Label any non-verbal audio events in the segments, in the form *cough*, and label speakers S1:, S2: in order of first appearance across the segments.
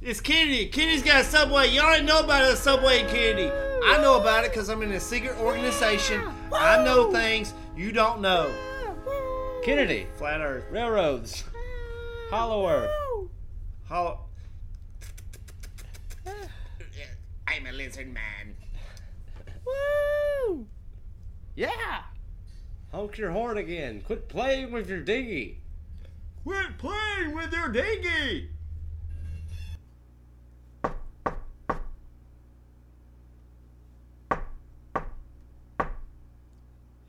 S1: It's Kennedy. Kennedy's got a subway. Y'all didn't know about a subway in Kennedy. I know about it because I'm in a secret organization. I know things you don't know.
S2: Kennedy.
S1: Flat Earth.
S2: Railroads. Hollow Earth.
S1: Hollow. *sighs* I'm a lizard man.
S2: Yeah. Honk your horn again. Quit playing with your dinghy.
S1: Quit playing with your dinghy.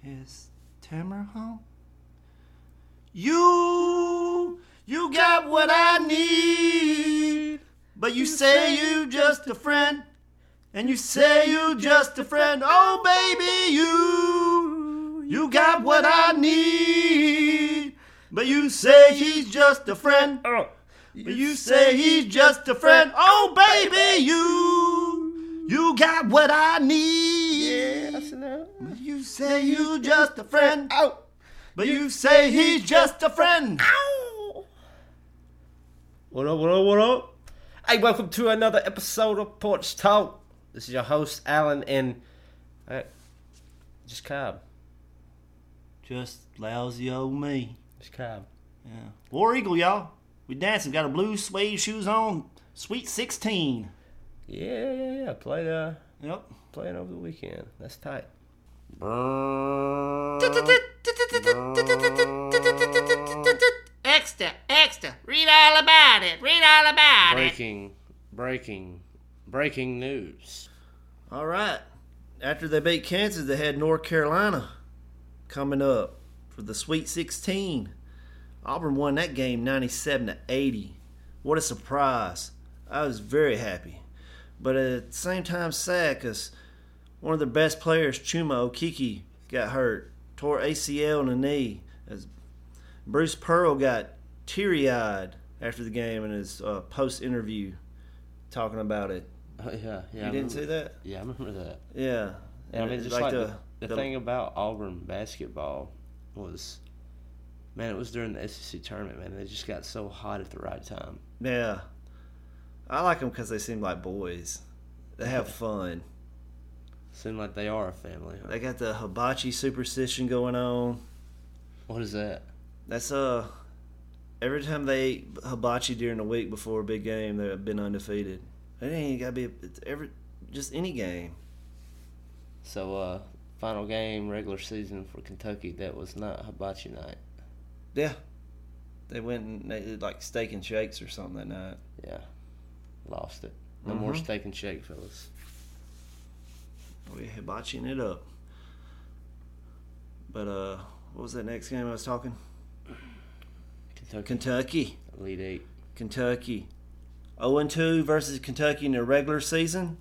S1: Is Tamara home? You, you got what I need, but you say you just a friend, and you say you just a friend. Oh, baby, you, you got what I need, but you say he's just a friend.
S2: Oh.
S1: But you say he's just a friend. Oh, baby, you, you got what I need. But you say you just a friend.
S2: Oh.
S1: But you say he's just a friend.
S2: What up, what up, what up? Hey, welcome to another e- episode of Porch Talk. This is your host, Alan, and. Uh, just calm.
S1: Just lousy old me.
S2: Just calm.
S1: Yeah. War Eagle, y'all. We dancing. Got our blue suede shoes on. Sweet 16.
S2: Yeah, yeah, yeah. Played, uh,
S1: Yep.
S2: playing over the weekend. That's tight.
S3: Extra, extra. Read all about it. Read all about it.
S2: Breaking, breaking, breaking news.
S1: All right. After they beat Kansas, they had North Carolina coming up for the Sweet 16. Auburn won that game 97 to 80. What a surprise. I was very happy. But at the same time, sad because one of their best players, Chuma Okiki, got hurt, tore ACL in the knee. As Bruce Pearl got teary eyed after the game in his uh, post interview talking about it.
S2: Oh, yeah, yeah.
S1: You didn't see that?
S2: Yeah, I remember that.
S1: Yeah.
S2: And I mean,
S1: it-
S2: just like, the, the, thing about Auburn basketball was, man, it was during the SEC tournament, man. They just got so hot at the right time.
S1: Yeah. I like them because they seem like boys. They have fun.
S2: Seemed like they are a family. Huh?
S1: They got the hibachi superstition going on.
S2: What is that?
S1: That's uh, every time they ate hibachi during the week before a big game, they've been undefeated. It ain't gotta be it's every just any game.
S2: So, uh, final game, regular season for Kentucky, that was not hibachi night.
S1: Yeah. They went and they did like steak and shakes or something that night.
S2: Yeah, lost it. No more steak and shake, fellas.
S1: We Oh, hibachiing it up. But uh, what was that next game I was talking?
S2: Kentucky,
S1: Kentucky.
S2: Elite Eight.
S1: Kentucky. 0 2 versus Kentucky in the regular season.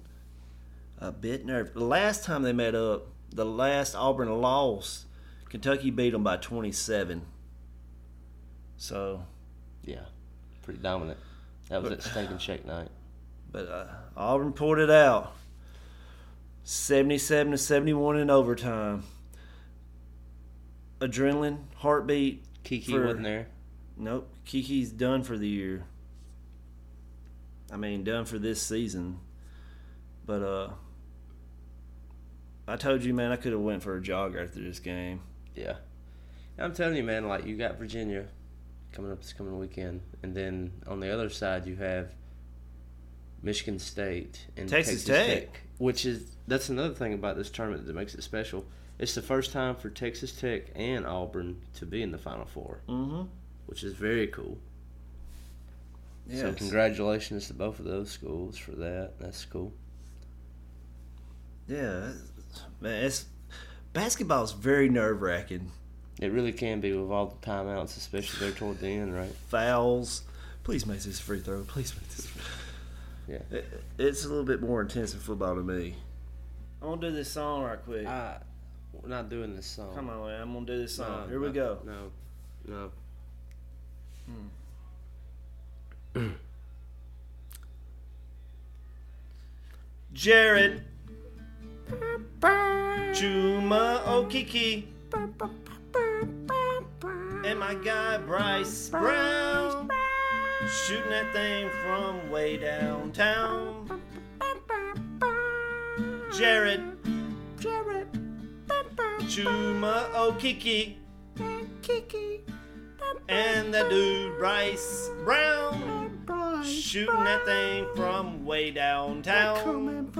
S1: A bit nerve. The last time they met up, the last Auburn loss, Kentucky beat them by 27. So
S2: Yeah. Pretty dominant. That was at Steak and Shake night.
S1: But uh, Auburn pulled it out. 77 to 71 in overtime. Adrenaline, heartbeat.
S2: Kiki
S1: for-
S2: wasn't there.
S1: Nope. Kiki's done for the year. I mean, done for this season. But uh I told you, man, I could have went for a jog after this game.
S2: Yeah. I'm telling you, man, like you got Virginia coming up this coming weekend, and then on the other side you have Michigan State and
S1: Texas
S2: Texas,
S1: Tech.
S2: Tech. which is that's another thing about this tournament that makes it special. It's the first time for Texas Tech and Auburn to be in the Final 4 mm-hmm. which is very cool.
S1: Yeah.
S2: So congratulations to both of those schools for that. That's cool.
S1: Yeah. it's- Man, it's basketball's very nerve wracking.
S2: It really can be with all the timeouts, especially there toward the end, right?
S1: Fouls. Please make this a free throw. Please make this a free
S2: Yeah.
S1: It- It's a little bit more intense in football to me. I'm gonna do this song right quick.
S2: Uh, we're not doing this song.
S1: Come on, man. I'm gonna do this song.
S2: No,
S1: Here we
S2: no,
S1: go.
S2: No, no.
S1: Jared. Juma Okiki. And my guy Bryce Brown. Shooting that thing from way downtown. Jared. Jared. Juma Okiki. Kiki. And the dude Bryce Brown. Shooting that thing from way downtown.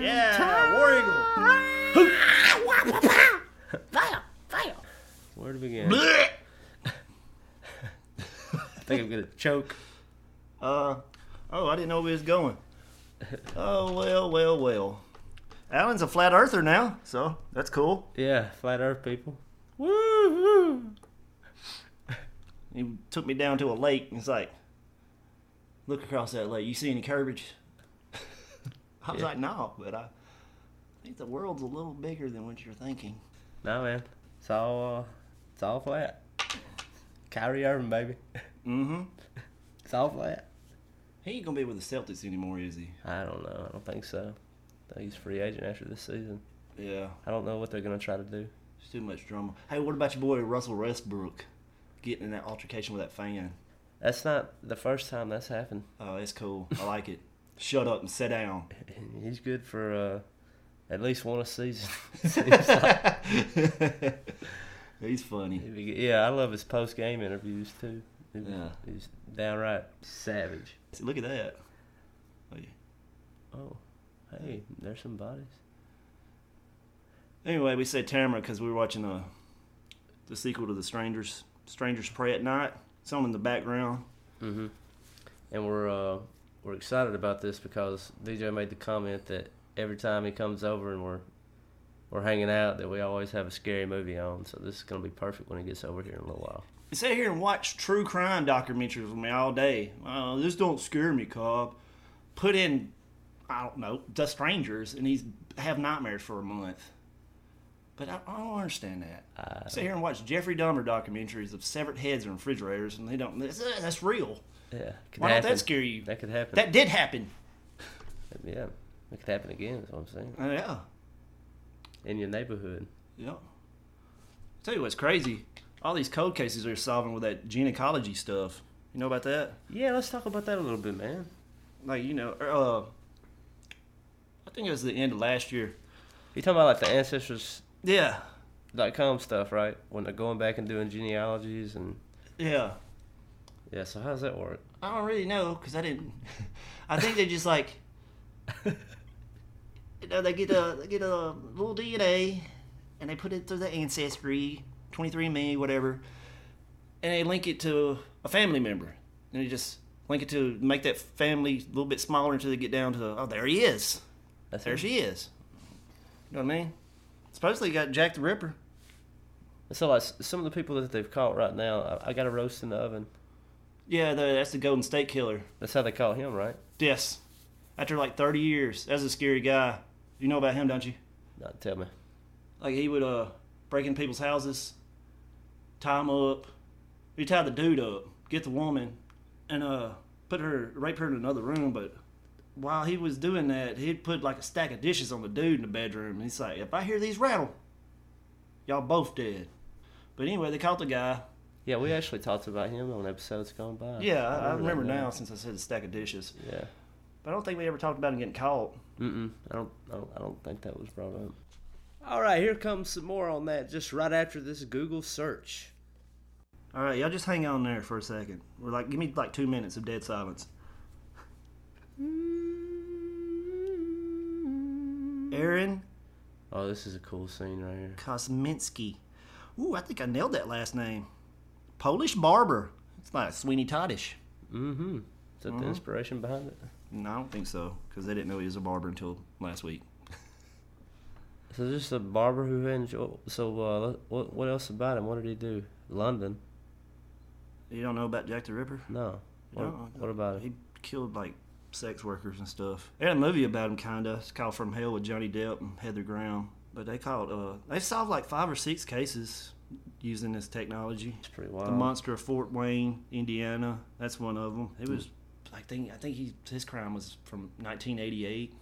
S1: Yeah, War Eagle.
S2: Where to begin? I think I'm gonna choke.
S1: Uh, oh, I didn't know we was going. Oh well, well, well. Alan's a flat earther now, so that's cool.
S2: Yeah, flat Earth people.
S1: He took me down to a lake and he's like, "Look across that lake. You see any curbage?" *laughs* I was like, "No," but I think the world's a little bigger than what you're thinking.
S2: No man, it's all uh, it's all flat. Kyrie Irving, baby. *laughs* Mm-hmm. It's all flat.
S1: He ain't gonna be with the Celtics anymore, is he?
S2: I don't know. I don't think so. I think he's a free agent after this season.
S1: Yeah,
S2: I don't know what they're gonna try to do.
S1: it's too much drama. Hey, what about your boy Russell Westbrook getting in that altercation with that fan?
S2: That's not the first time that's happened. *laughs*
S1: Oh, it's cool. I like it. Shut up and sit down.
S2: He's good for uh, at least one a season.
S1: He's funny.
S2: Yeah, I love his post game interviews too. He was-
S1: Yeah.
S2: He's downright savage.
S1: See, Look at that. Oh, yeah.
S2: Oh, hey, there's some bodies.
S1: Anyway, we said Tamara because we were watching uh, the sequel to The Strangers. Strangers Pray at Night. It's on in the background.
S2: And we're uh, we're excited about this because DJ made the comment that every time he comes over and we're we're hanging out that we always have a scary movie on. So this is gonna be perfect when he gets over here in a little while.
S1: I sit here and watch true crime documentaries with me all day. Uh, this don't scare me, Cobb. Put in, I don't know, The Strangers, and he's have nightmares for a month. But I, I don't understand that. I sit here and watch Jeffrey Dahmer documentaries of severed heads in refrigerators, and they don't. That's, that's real.
S2: Yeah. could
S1: Why don't
S2: happen.
S1: that scare you?
S2: That could happen.
S1: That did happen.
S2: yeah. It could happen again. That's what I'm saying.
S1: Uh, yeah.
S2: In your neighborhood.
S1: Yeah. Tell you what's crazy. All these cold cases they're solving with that gynecology stuff. You know about that?
S2: Yeah, let's talk about that a little bit, man.
S1: Like, you know, uh, I think it was the end of last year.
S2: You talking about like the ancestors
S1: Yeah.
S2: dot com stuff, right? When they're going back and doing genealogies and
S1: Yeah.
S2: yeah. So how does that work?
S1: I don't really know because I didn't. I think they just like, you know, they get a they get a little DNA, and they put it through the ancestry, twenty three me, whatever, and they link it to a family member, and they just link it to make that family a little bit smaller until they get down to oh there he is,
S2: That's
S1: there she is. You know what I mean? Supposedly got Jack the Ripper.
S2: So like s- some of the people that they've caught right now, I, I got a roast in the oven.
S1: Yeah, the, that's the Golden State Killer.
S2: That's how they caught him, right?
S1: Yes, after like thirty years, that's a scary guy. You know about him, don't you?
S2: Not tell me.
S1: Like he would uh break in people's houses, tie 'em up. He tied the dude up, get the woman, and uh put her rape her in another room, but while he was doing that, he'd put like a stack of dishes on the dude in the bedroom and he's like, If I hear these rattle, y'all both dead. But anyway, they caught the guy.
S2: Yeah, we actually talked about him on episodes gone by.
S1: Yeah, I, I
S2: that
S1: remember
S2: now.
S1: now since I said a stack of dishes.
S2: Yeah.
S1: But I don't think we ever talked about him getting caught.
S2: Mm-mm. I don't, I don't. I don't think that was brought up. All right, here comes some more on that. Just right after this Google search.
S1: All right, y'all just hang on there for a second. We're like, give me like two minutes of dead silence. Aaron
S2: Oh, this is a cool scene right here.
S1: Kosminski. Ooh, I think I nailed that last name. Polish barber. It's like Sweeney Toddish.
S2: Mm-hmm. Is that the inspiration behind it?
S1: No, I don't think so, because they didn't know he was a barber until last week.
S2: So just a barber who enjoyed. So uh, what? What else about him? What did he do? London?
S1: You don't know about Jack the Ripper?
S2: No. What,
S1: No,
S2: what about
S1: Uh, He
S2: him?
S1: killed like sex workers and stuff. They had a movie about him, kinda. It's called From Hell with Johnny Depp and Heather Graham. But they caught uh, they solved like five or six cases using this technology.
S2: It's pretty wild.
S1: The monster of Fort Wayne, Indiana. That's one of them. It was, I think, I think he his crime was from 1988.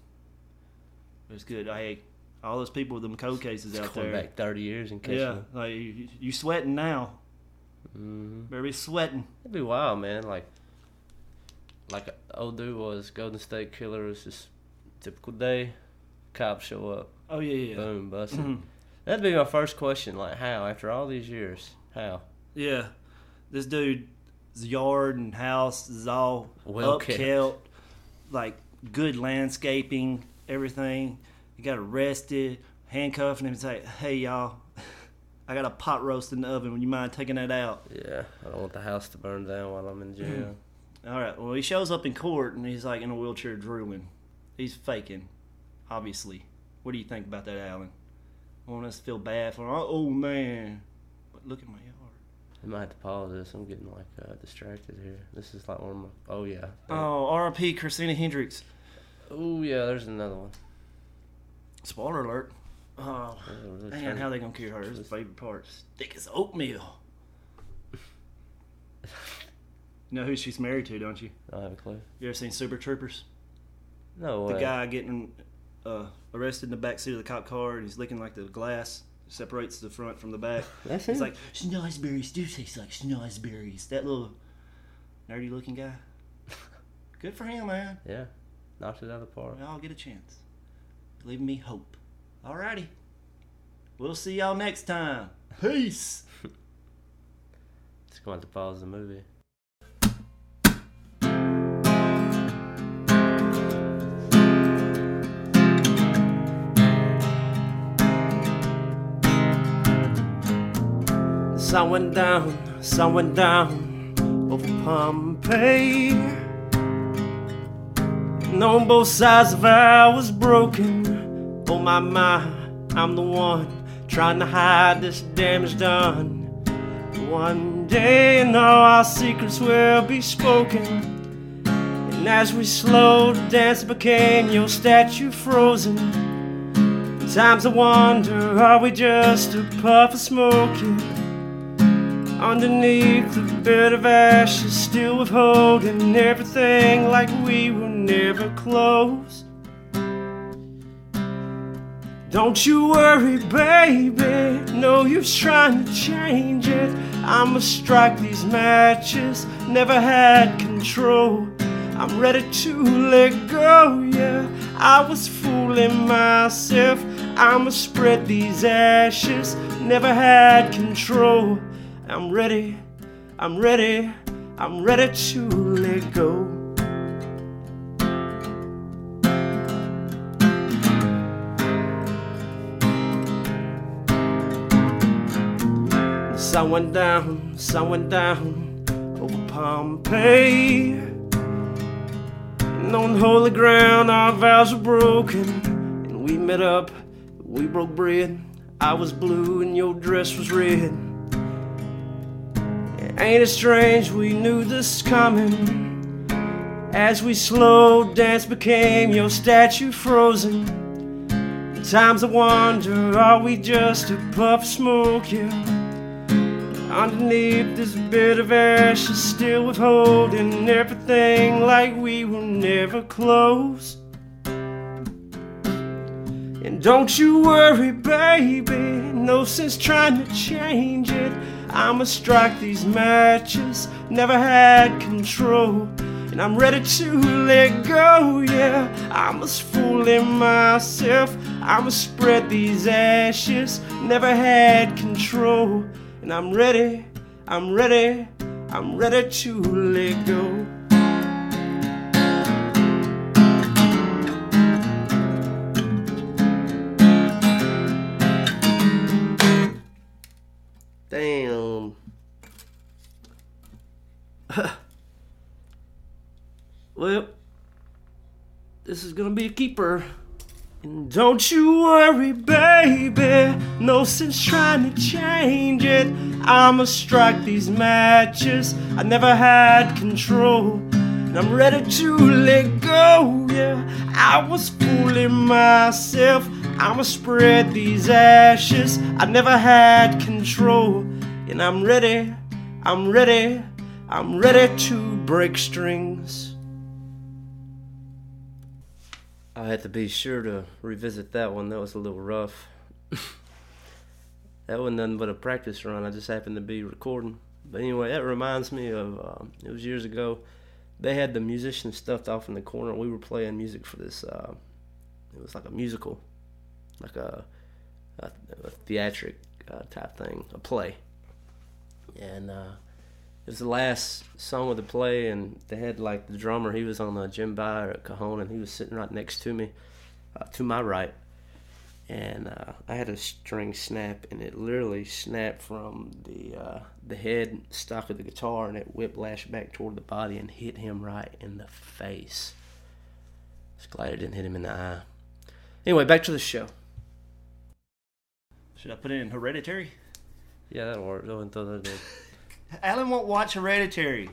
S1: It was good. Hey, all those people with them code cases out
S2: Going
S1: there.
S2: back thirty years in case.
S1: Yeah,
S2: you-
S1: like you, you sweating now. Mm-hmm. Better be sweating.
S2: It'd be wild, man. Like, like old dude was Golden State Killer was just typical day. Cops show up,
S1: Oh yeah, yeah, Mm-hmm. yeah.
S2: boom, busted. That'd be my first question. Like, how after all these years, how?
S1: Yeah. This dude's yard and house is all
S2: Well
S1: well
S2: kept.
S1: upkept, like good landscaping, everything. He got arrested, handcuffing him, and say, "Hey y'all, *laughs* I got a pot roast in the oven. Would you mind taking that out?"
S2: Yeah, I don't want the house to burn down while I'm in *clears throat* jail.
S1: All right. Well, he shows up in court and he's like in a wheelchair drooling. He's faking, obviously. What do you think about that, Alan? Want us to feel bad for? Oh, oh man, but look at my yard.
S2: I might have to pause this. I'm getting like uh, distracted here. This is like one of my. Oh yeah.
S1: Oh, R.I.P. Christina Hendricks.
S2: Oh yeah. There's another one.
S1: Spoiler alert. Oh,
S2: Yeah, we're
S1: man,
S2: really trying
S1: how
S2: to-
S1: they gonna kill her? It's the favorite part. Thick as oatmeal. you know who she's married to, don't you?
S2: I don't have a clue.
S1: You ever seen Super Troopers?
S2: No way.
S1: The guy getting uh, arrested in the back seat of the cop car, and he's licking like the glass separates the front from the *laughs* back.
S2: That's
S1: He's
S2: him.
S1: like schnozberries do taste like schnozberries. That little nerdy looking guy. Good for him, man.
S2: Yeah. Knocked it out of the park.
S1: I'll get a chance. Leaving me hope. Alrighty. We'll see y'all next time. Peace.
S2: Just going to have to pause the movie.
S1: Sun went down, sun went down over Pompeii. And on both sides of I was broken. Oh my my, I'm the one trying to hide this damage done. One day and all our secrets will be spoken. And as we slowed the dance became your statue frozen. Times I wonder, are we just a puff of smoke? here? Underneath the bed of ashes, still withholding everything like we will never close. Don't you worry, baby. No use trying to change it. I'ma strike these matches. Never had control. I'm ready to let go, yeah. I was fooling myself. I'ma spread these ashes. Never had control. I'm ready. I'm ready. I'm ready to let go. Sun went down, sun went down over Pompeii. And on holy ground, our vows were broken. And we met up, we broke bread. I was blue and your dress was red. Ain't it strange we knew this coming? As we slowed, dance became your statue frozen. Times I wonder, are we just a puff of smoke? Yeah.
S2: Underneath this bed of ash is still withholding everything like we will never close. And don't you worry, baby, no sense trying to change it. I'ma strike these matches, never had control. And I'm ready to let go, yeah. I'm just fooling myself. I'ma spread these ashes, never had control. And I'm ready, I'm ready, I'm ready to let go. Damn.
S1: *laughs* Well, this is gonna be a keeper.
S2: And don't you worry, baby. No sense trying to change it. I'ma strike these matches. I never had control. And I'm ready to let go, yeah. I was fooling myself. I'ma spread these ashes. I never had control. And I'm ready, I'm ready, I'm ready to break strings. I had to be sure to revisit that one. That was a little rough. that wasn't nothing but a practice run. I just happened to be recording. But anyway, that reminds me of uh, it was years ago. They had the musicians stuffed off in the corner. We were playing music for this. Uh, it was like a musical, like a, a, a theatric uh, type thing, a play. And uh, it was the last song of the play, and they had like the drummer. He was on a djembe or a cajon, and he was sitting right next to me, uh, to my right. And uh, I had a string snap, and it literally snapped from the uh, the head stock of the guitar, and it whiplashed back toward the body and hit him right in the face. Just glad it didn't hit him in the eye. Anyway, back to the show.
S1: Should I put in Hereditary?
S2: Yeah, that'll work. Go ahead and throw that in.
S1: Alan won't watch Hereditary.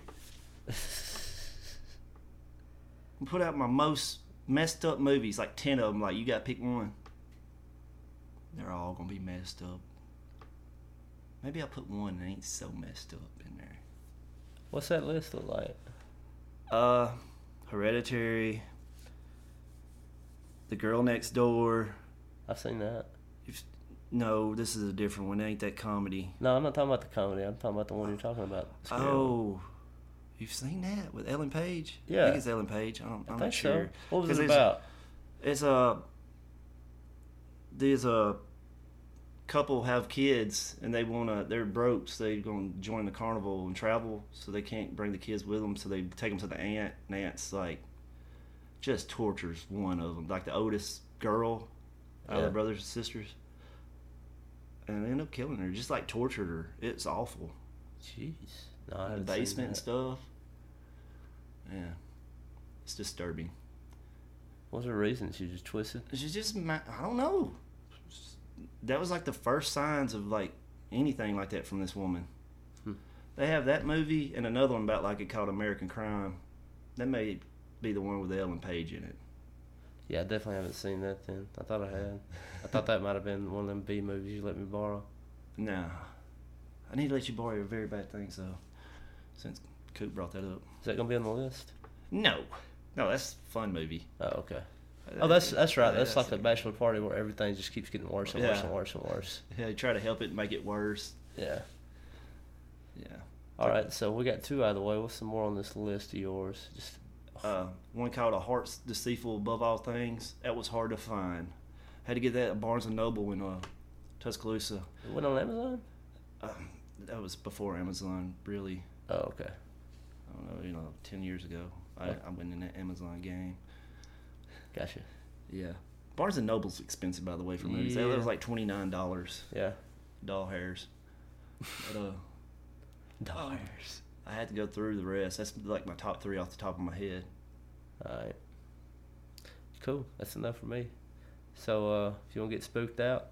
S1: I put out my most messed up movies, like ten of them. Like you gotta pick one. They're all gonna be messed up. Maybe I'll put one that ain't so messed up in there.
S2: What's that list look like?
S1: Uh, Hereditary. The Girl Next Door.
S2: I've seen that.
S1: If, no, this is a different one. It ain't that comedy.
S2: No, I'm not talking about the comedy. I'm talking about the one you're talking about. Scary.
S1: Oh, you've seen that with Ellen Page? I
S2: Yeah.
S1: think it's Ellen Page. I don't, I'm
S2: I
S1: not
S2: think
S1: sure.
S2: so. What was
S1: 'Cause
S2: it
S1: it's-
S2: about?
S1: It's a there's a couple have kids and they wanna they're broke, so they're gonna join the carnival and travel, so they can't bring the kids with them, so they take them to the aunt. And aunt's like just tortures one of them, like the oldest girl out of
S2: Yeah.
S1: the brothers and sisters. And they end up killing her, just like tortured her. It's awful.
S2: Jeez. No, I
S1: The
S2: haven't seen
S1: basement and
S2: that.
S1: stuff. Yeah. It's disturbing.
S2: What's the reason? She just twisted.
S1: She's just, ma- I don't know. That was like the first signs of like anything like that from this woman.
S2: Hmm.
S1: They have that movie and another one about like it called American Crime. That may be the one with Ellen Page in it.
S2: Yeah, I definitely haven't seen that. Then I thought I had. I thought that might have been one of them B movies you let me borrow.
S1: Nah. I need to let you borrow your very bad things though, since Coop brought that up.
S2: Is that gonna be on the list?
S1: No. No, that's a fun movie.
S2: Oh, okay. Oh, that's that's right. That's like the
S1: it.
S2: bachelor party where everything just keeps getting worse and worse and
S1: Yeah.
S2: worse and worse.
S1: Yeah, they try to help it and make it worse.
S2: Yeah.
S1: Yeah.
S2: All right. So we got two out of the way. What's some more on this list of yours? Just
S1: uh, one called "A Heart's Deceitful Above All Things." That was hard to find. Had to get that at Barnes and Noble in uh, Tuscaloosa.
S2: it went on Amazon.
S1: That was before Amazon, really.
S2: Oh, okay.
S1: I don't know, you know, ten years ago. I, I went in that Amazon game.
S2: Gotcha.
S1: Yeah, Barnes and Noble's expensive, by the way, for movies. That
S2: Yeah.
S1: was like twenty nine dollars,
S2: Yeah.
S1: doll hairs. But, uh, doll hairs. I had to go through the rest. That's like my top three off the top of my head.
S2: All right. Cool. That's enough for me. So uh, if you want to get spooked out,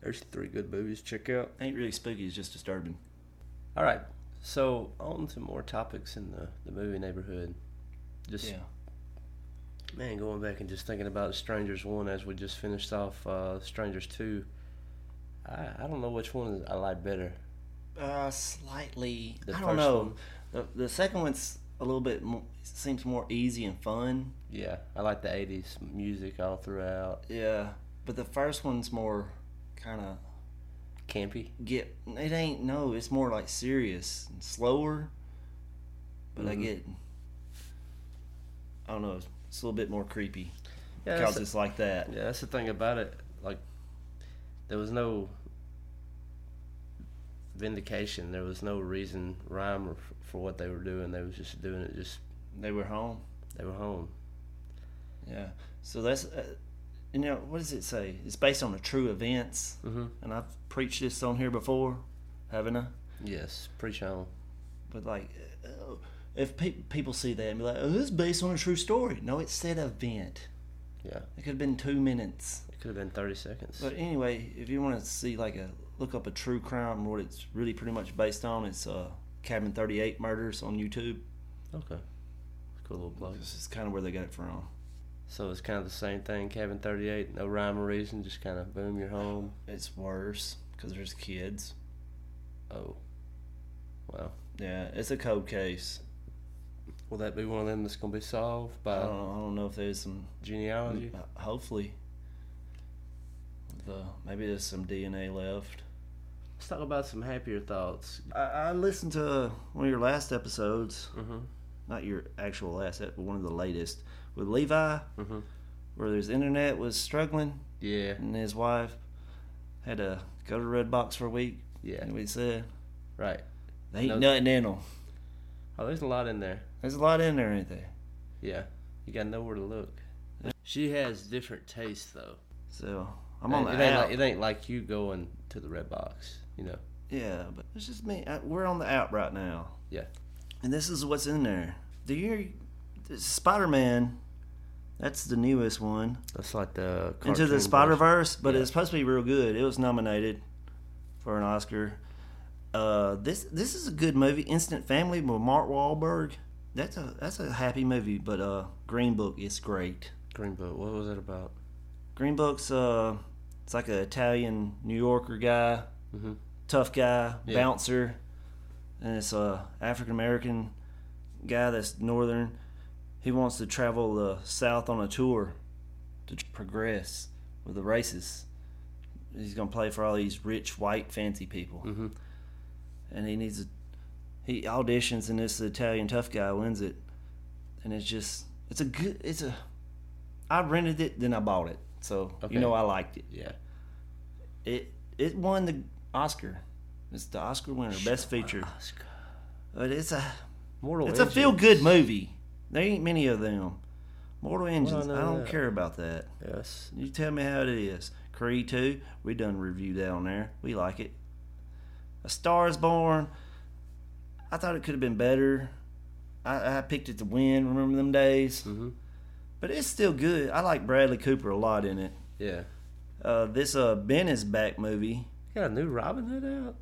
S2: there's three good movies to check out.
S1: Ain't really spooky. It's just disturbing.
S2: All right. So on to more topics in the, the movie neighborhood. Just man, going back and just thinking about Strangers One as we just finished off uh, Strangers Two. I, I don't know which one I like better.
S1: Uh, slightly.
S2: The
S1: I
S2: first
S1: don't know.
S2: one?
S1: The, the second one's a little bit more, seems more easy and fun.
S2: Yeah, I like the '80s music all throughout.
S1: Yeah, but the first one's more kind of
S2: Campy.
S1: get. It ain't no. It's more like serious and slower. But
S2: Mm-hmm.
S1: I get. I don't know. It's, it's a little bit more creepy
S2: Yeah,
S1: because
S2: that's,
S1: it's like that.
S2: yeah, that's the thing about it. Like, there was no vindication. There was no reason, rhyme, or f- for what they were doing. They was just doing it. Just
S1: They were home.
S2: they were home.
S1: Yeah. So that's, uh, you know, what does it say? It's based on the true events. Mm-hmm. And I've preached this on here before, haven't I?
S2: Yes, preach home.
S1: But like, uh, if pe- people see that and be like, oh, this is based on a true story. No, it said event.
S2: Yeah,
S1: It could have been two minutes.
S2: it could have been 30 seconds.
S1: But anyway, if you want to see like a, look up a true crime, what it's really pretty much based on, it's uh, Cabin 38 murders on YouTube.
S2: okay, cool little plug.
S1: This is kind of where they got it from.
S2: So it's kind of the same thing. Cabin 38, no rhyme or reason. Just kind of boom, you're home.
S1: It's worse because there's kids.
S2: Oh, wow.
S1: Yeah, it's a cold case.
S2: Will that be one of them that's gonna be solved
S1: I
S2: by
S1: don't, I don't know if there's some
S2: genealogy?
S1: Uh, Hopefully, the maybe there's some DNA left.
S2: Let's talk about some happier thoughts.
S1: I, I listened to one of your last episodes,
S2: Mm-hmm.
S1: not your actual last, ep- but one of the latest with Levi,
S2: Mm-hmm.
S1: where his internet was struggling,
S2: Yeah,
S1: and his wife had to go to Red Box for a week.
S2: Yeah.
S1: and we said
S2: right.
S1: they ain't
S2: No-
S1: nothing in them.
S2: Oh, there's a lot in there.
S1: There's a lot in there, ain't there?
S2: Yeah, you got nowhere to look. She has different tastes though.
S1: So I'm on
S2: Uh, it,
S1: the
S2: it ain't
S1: app.
S2: like, it ain't like you going to the red box, you know.
S1: yeah, but it's just me. I, we're on the app right now.
S2: Yeah,
S1: And this is what's in there. Do you Spider Man? That's the newest one.
S2: that's like the
S1: Into the
S2: cartoon
S1: Spider
S2: version.
S1: Verse, but it's supposed to be real good. It was nominated for an Oscar. Uh, this this is a good movie. Instant Family with Mark Wahlberg. That's a that's a happy movie. But uh, Green Book is great.
S2: Green Book. What was it about?
S1: Green Book's uh, it's like an Italian New Yorker guy, tough guy, bouncer, and it's a African American guy that's northern. He wants to travel the South on a tour to tr- progress with the races. He's gonna play for all these rich, white, fancy people, and he needs a. He auditions, and this Italian tough guy wins it, and it's just it's a good it's a. I rented it, then I bought it, so
S2: Okay.
S1: you know I liked it.
S2: Yeah,
S1: It it won the Oscar. It's the Oscar winner, best feature.
S2: Oscar.
S1: But it's a
S2: Mortal.
S1: it's a
S2: Engines.
S1: feel good movie. There ain't many of them. Mortal Engines.
S2: no,
S1: I don't
S2: no.
S1: care about that.
S2: Yes.
S1: You tell me how it is. Creed 2, we done reviewed that on there. We like it. A Star is Born, I thought it could have been better. I, I picked it to win, remember them days? Mm-hmm. But it's still good. I like Bradley Cooper a lot in it.
S2: Yeah.
S1: Uh, this uh, Ben is Back movie,
S2: Got a new Robin Hood out.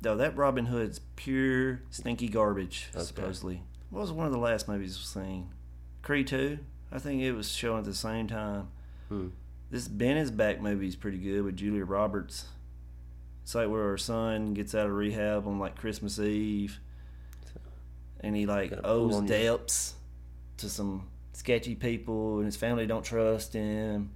S1: though that Robin Hood's pure stinky garbage, supposedly. What was one of the last movies we've seen? Creed 2? I think it was showing at the same time.
S2: Hmm.
S1: This Ben is Back movie is pretty good with Julia Roberts. It's like where her son gets out of rehab on like Christmas Eve, and he like
S2: Gotta pull
S1: owes
S2: on you.
S1: debts to some sketchy people, and his family don't trust him. And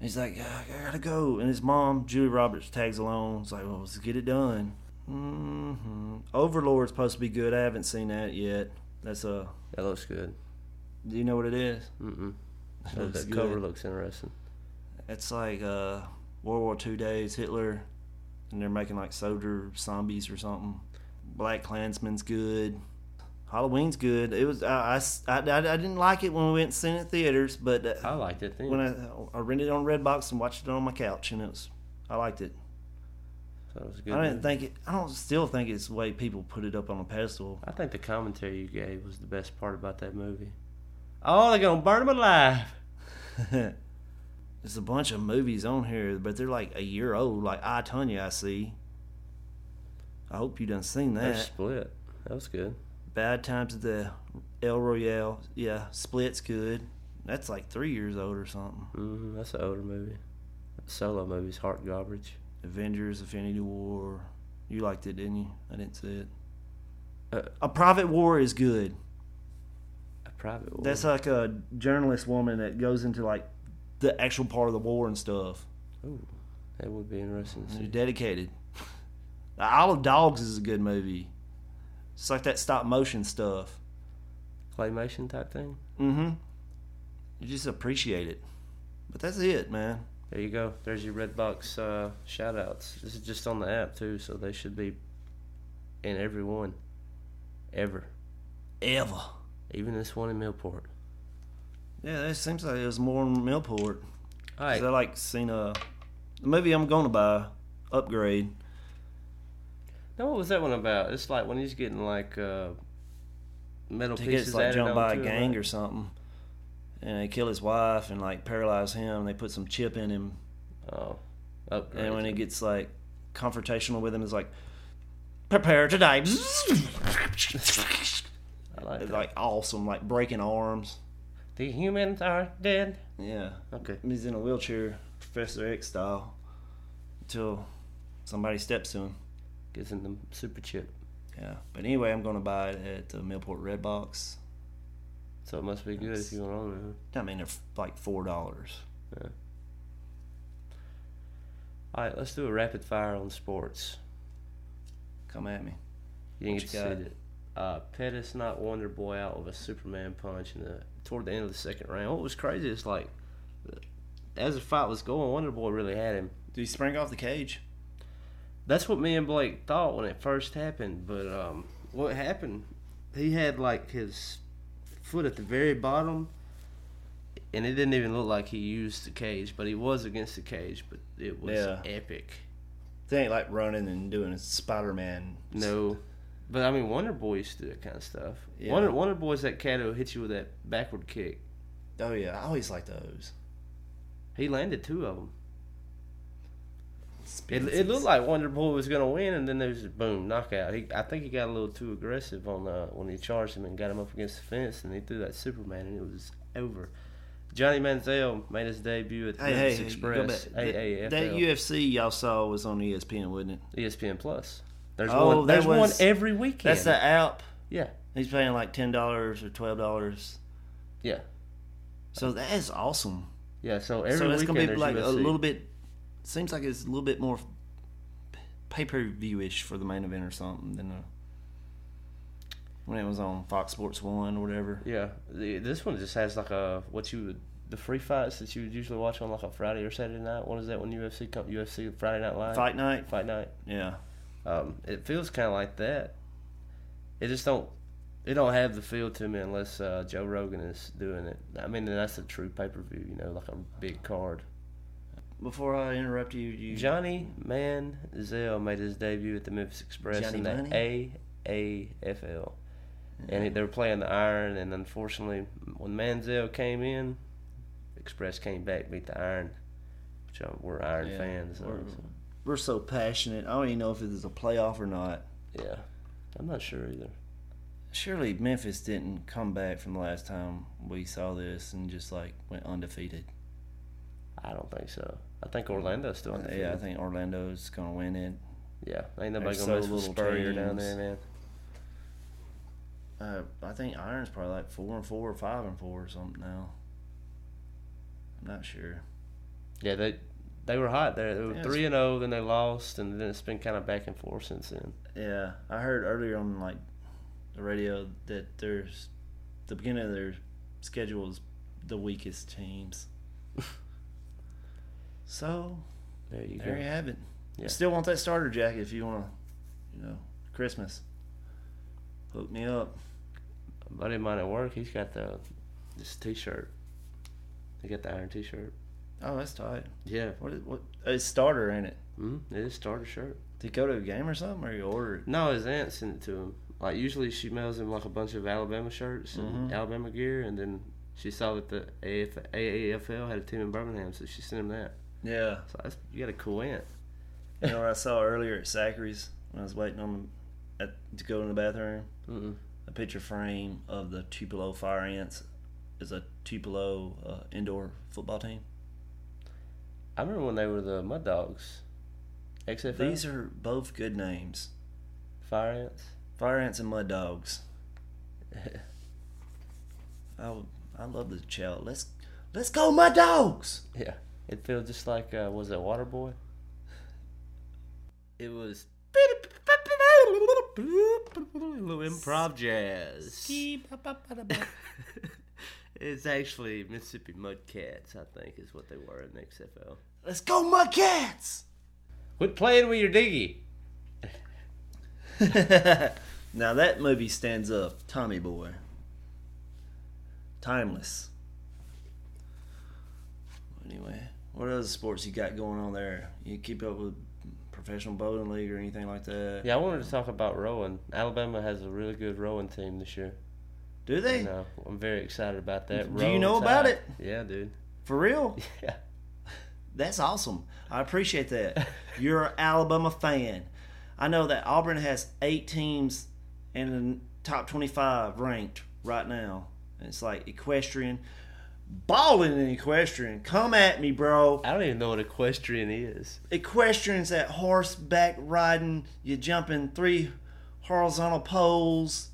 S1: he's like, "Ah, I gotta go, and his mom Julia Roberts tags along. It's like, well, let's get it done. hmm Overlord's supposed to be good. I haven't seen that yet. That's a.
S2: That looks good.
S1: Do you know what it is?
S2: Mm-mm.
S1: Looks
S2: that
S1: good.
S2: cover looks interesting.
S1: It's like uh, World War II days, Hitler, and they're making like soldier zombies or something. Black Klansman's good. Halloween's good. It was I, I s- I- I- I didn't like it when we went and seen it in theaters, but
S2: I
S1: uh,
S2: liked it. Then.
S1: when I I rented it on Redbox and watched it on my couch, and it was I liked it.
S2: so it was a good.
S1: I didn't
S2: movie.
S1: think it. I don't still think it's the way people put it up on a pedestal.
S2: I think the commentary you gave was the best part about that movie. Oh, they're gonna burn him alive.
S1: There's a bunch of movies on here, but they're like a year old. Like I Tonya, I see. I hope you done seen that.
S2: That split. That was good.
S1: Bad Times at the El Royale. Yeah, Split's good. That's like three years old or something.
S2: hmm that's an older movie. That solo movie's heart garbage.
S1: Avengers, Infinity War, You liked it, didn't you? I didn't say it. a Private War is good.
S2: A private war.
S1: That's like a journalist woman that goes into like the actual part of the war and stuff.
S2: Ooh, that would be interesting. To
S1: She's
S2: see.
S1: dedicated. The Isle of Dogs is a good movie. It's like that stop motion stuff.
S2: Claymation type thing.
S1: You just appreciate it. But that's it, man.
S2: There you go. There's your Redbox uh, shout outs. This is just on the app too, so they should be in every one. Ever.
S1: Ever.
S2: Even this one in Millport.
S1: Yeah, that seems like it was more in Millport.
S2: All
S1: 'Cause
S2: right.
S1: I like seen a the movie I'm gonna buy, Upgrade.
S2: Now what was that one about? It's like when he's getting like uh, metal
S1: He
S2: pieces
S1: gets like
S2: added
S1: jumped by a
S2: onto it,
S1: gang
S2: right?
S1: or something, and they kill his wife and like paralyze him. They put some chip in him,
S2: Oh, upgrade.
S1: and when he gets like confrontational with him, it's like prepare to die. *laughs*
S2: I like
S1: It's
S2: that.
S1: like awesome, like breaking arms.
S2: the humans are dead.
S1: Yeah.
S2: Okay.
S1: He's in a wheelchair, Professor X style, until somebody steps to him.
S2: Gives him the super chip,
S1: Yeah. But anyway, I'm going to buy it at the Millport Red Box.
S2: so it must be good if you want on it.
S1: I mean, they're f- like four dollars.
S2: huh? All right, let's do a rapid fire on sports.
S1: Come at me.
S2: You didn't get
S1: you
S2: to
S1: got?
S2: see that. Uh, Pettis knocked Wonder Boy out with a Superman punch in the toward the end of the second round. What was crazy is like, as the fight was going, Wonder Boy really had him.
S1: Do you spring off the cage?
S2: That's what me and Blake thought when it first happened. But um, what happened? He had like his foot at the very bottom, and it didn't even look like he used the cage, but he was against the cage. But it was
S1: Yeah.
S2: epic.
S1: They ain't like running and doing Spider Man.
S2: No, but I mean Wonder Boy used to do that kind of stuff.
S1: Yeah.
S2: Wonder Wonder Boy's that cat who hits you with that backward kick.
S1: Oh yeah, I always like those.
S2: He landed two of them. It, it looked like Wonder Boy was gonna win, and then there was a boom knockout. He, I think he got a little too aggressive on uh, when he charged him and got him up against the fence, and he threw that Superman, and it was over. Johnny Manziel made his debut at the
S1: Hey,
S2: Memphis
S1: hey,
S2: Express,
S1: go back.
S2: AAFL,
S1: that, that UFC y'all saw was on E ESPN, wasn't it?
S2: ESPN Plus. There's
S1: Oh,
S2: one.
S1: that
S2: There's one
S1: was-
S2: every weekend.
S1: That's the app.
S2: Yeah,
S1: He's paying like ten dollars or twelve dollars.
S2: yeah,
S1: So that is awesome.
S2: yeah. So every
S1: so it's
S2: weekend
S1: gonna be
S2: there's
S1: like a
S2: UFC.
S1: little bit. Seems like it's a little bit more pay per view ish for the main event or something than uh when it was on Fox Sports One or whatever.
S2: Yeah, the, this one just has like a what you would the free fights that you would usually watch on like a Friday or Saturday night. What is that when UFC come UFC Friday Night Live
S1: Fight night.
S2: Fight night.
S1: Yeah.
S2: Um, it feels kind of like that. It just don't it don't have the feel to me unless uh, Joe Rogan is doing it. I mean, and that's a true pay per view, you know, like a big card.
S1: Before I interrupt you, you
S2: Johnny Manziel made his debut at the Memphis Express
S1: Johnny
S2: in the
S1: Money?
S2: AAFL. And it- they were playing the Iron, and unfortunately, when Manziel came in, Express came back, beat the Iron, which uh, we're Iron
S1: Yeah,
S2: fans. uh,
S1: we're-
S2: so-
S1: we're so passionate. I don't even know if it is a playoff or not.
S2: yeah, I'm not sure either.
S1: Surely Memphis didn't come back from the last time we saw this and just like went undefeated.
S2: I don't think so. I think Orlando's still in the
S1: Yeah, I think Orlando's gonna win it.
S2: Yeah, ain't nobody
S1: They're
S2: gonna
S1: so
S2: mess with
S1: little
S2: Spurrier down
S1: teams.
S2: there, man.
S1: Uh, I think Iron's probably like four and four or five and four or something now. I'm not sure.
S2: Yeah, they they were hot there. They
S1: Yeah,
S2: were
S1: it's-
S2: three and zero, then they lost, and then it's been kind of back and forth since then.
S1: Yeah, I heard earlier on like the radio that there's the beginning of their schedule is the weakest
S2: *laughs*
S1: teams. so
S2: There you
S1: there
S2: go.
S1: you have it.
S2: Yeah.
S1: Still want that starter jacket if you want to, you know, Christmas. Hook me up.
S2: buddy of mine at work, he's got the this T-shirt. He got the iron T-shirt.
S1: Oh, that's tight.
S2: Yeah,
S1: What? Is, what? It's starter, ain't it?
S2: mm it is starter shirt.
S1: Did you go to a game or something, or you order it?
S2: No, his aunt sent it to him. Like usually, she mails him like a bunch of Alabama shirts and Alabama gear, and then she saw that the AF, AAFL had a team in Birmingham, so she sent him that.
S1: Yeah.
S2: So that's, you got a cool aunt.
S1: You know what I saw earlier at Zachary's when I was waiting on the, at, to go in the bathroom?
S2: Mm-mm.
S1: A picture frame of the Tupelo Fire Ants is a Tupelo uh, indoor football team.
S2: I remember when they were the Mud Dogs. XFL.
S1: These are both good names.
S2: fire ants.
S1: Fire ants and mud dogs. I, would- I love the child. Let's let's go mud dogs. *laughs*
S2: Yeah, it feels just like uh, was it Waterboy? It was little improv jazz. *laughs* It's actually Mississippi Mudcats, I think, is what they were in the XFL.
S1: Let's go mud cats.
S2: Quit playing with your diggy.
S1: Now that movie stands up, Tommy Boy. Timeless. Anyway, what other sports you got going on there? You keep up with professional bowling league or anything like that?
S2: Yeah, I wanted to talk about rowing. Alabama has a really good rowing team this year.
S1: Do they?
S2: You know, I'm very excited about that.
S1: Do you know
S2: Rowing's
S1: about
S2: hot.
S1: it?
S2: Yeah, dude. *laughs*
S1: For real?
S2: Yeah.
S1: That's awesome. I appreciate that. You're an Alabama fan. I know that Auburn has eight teams in the top 25 ranked right now. And it's like equestrian. Balling in equestrian. Come at me, bro.
S2: I don't even know what equestrian is.
S1: Equestrian's that horseback riding. You jumping three horizontal
S2: *laughs*
S1: poles.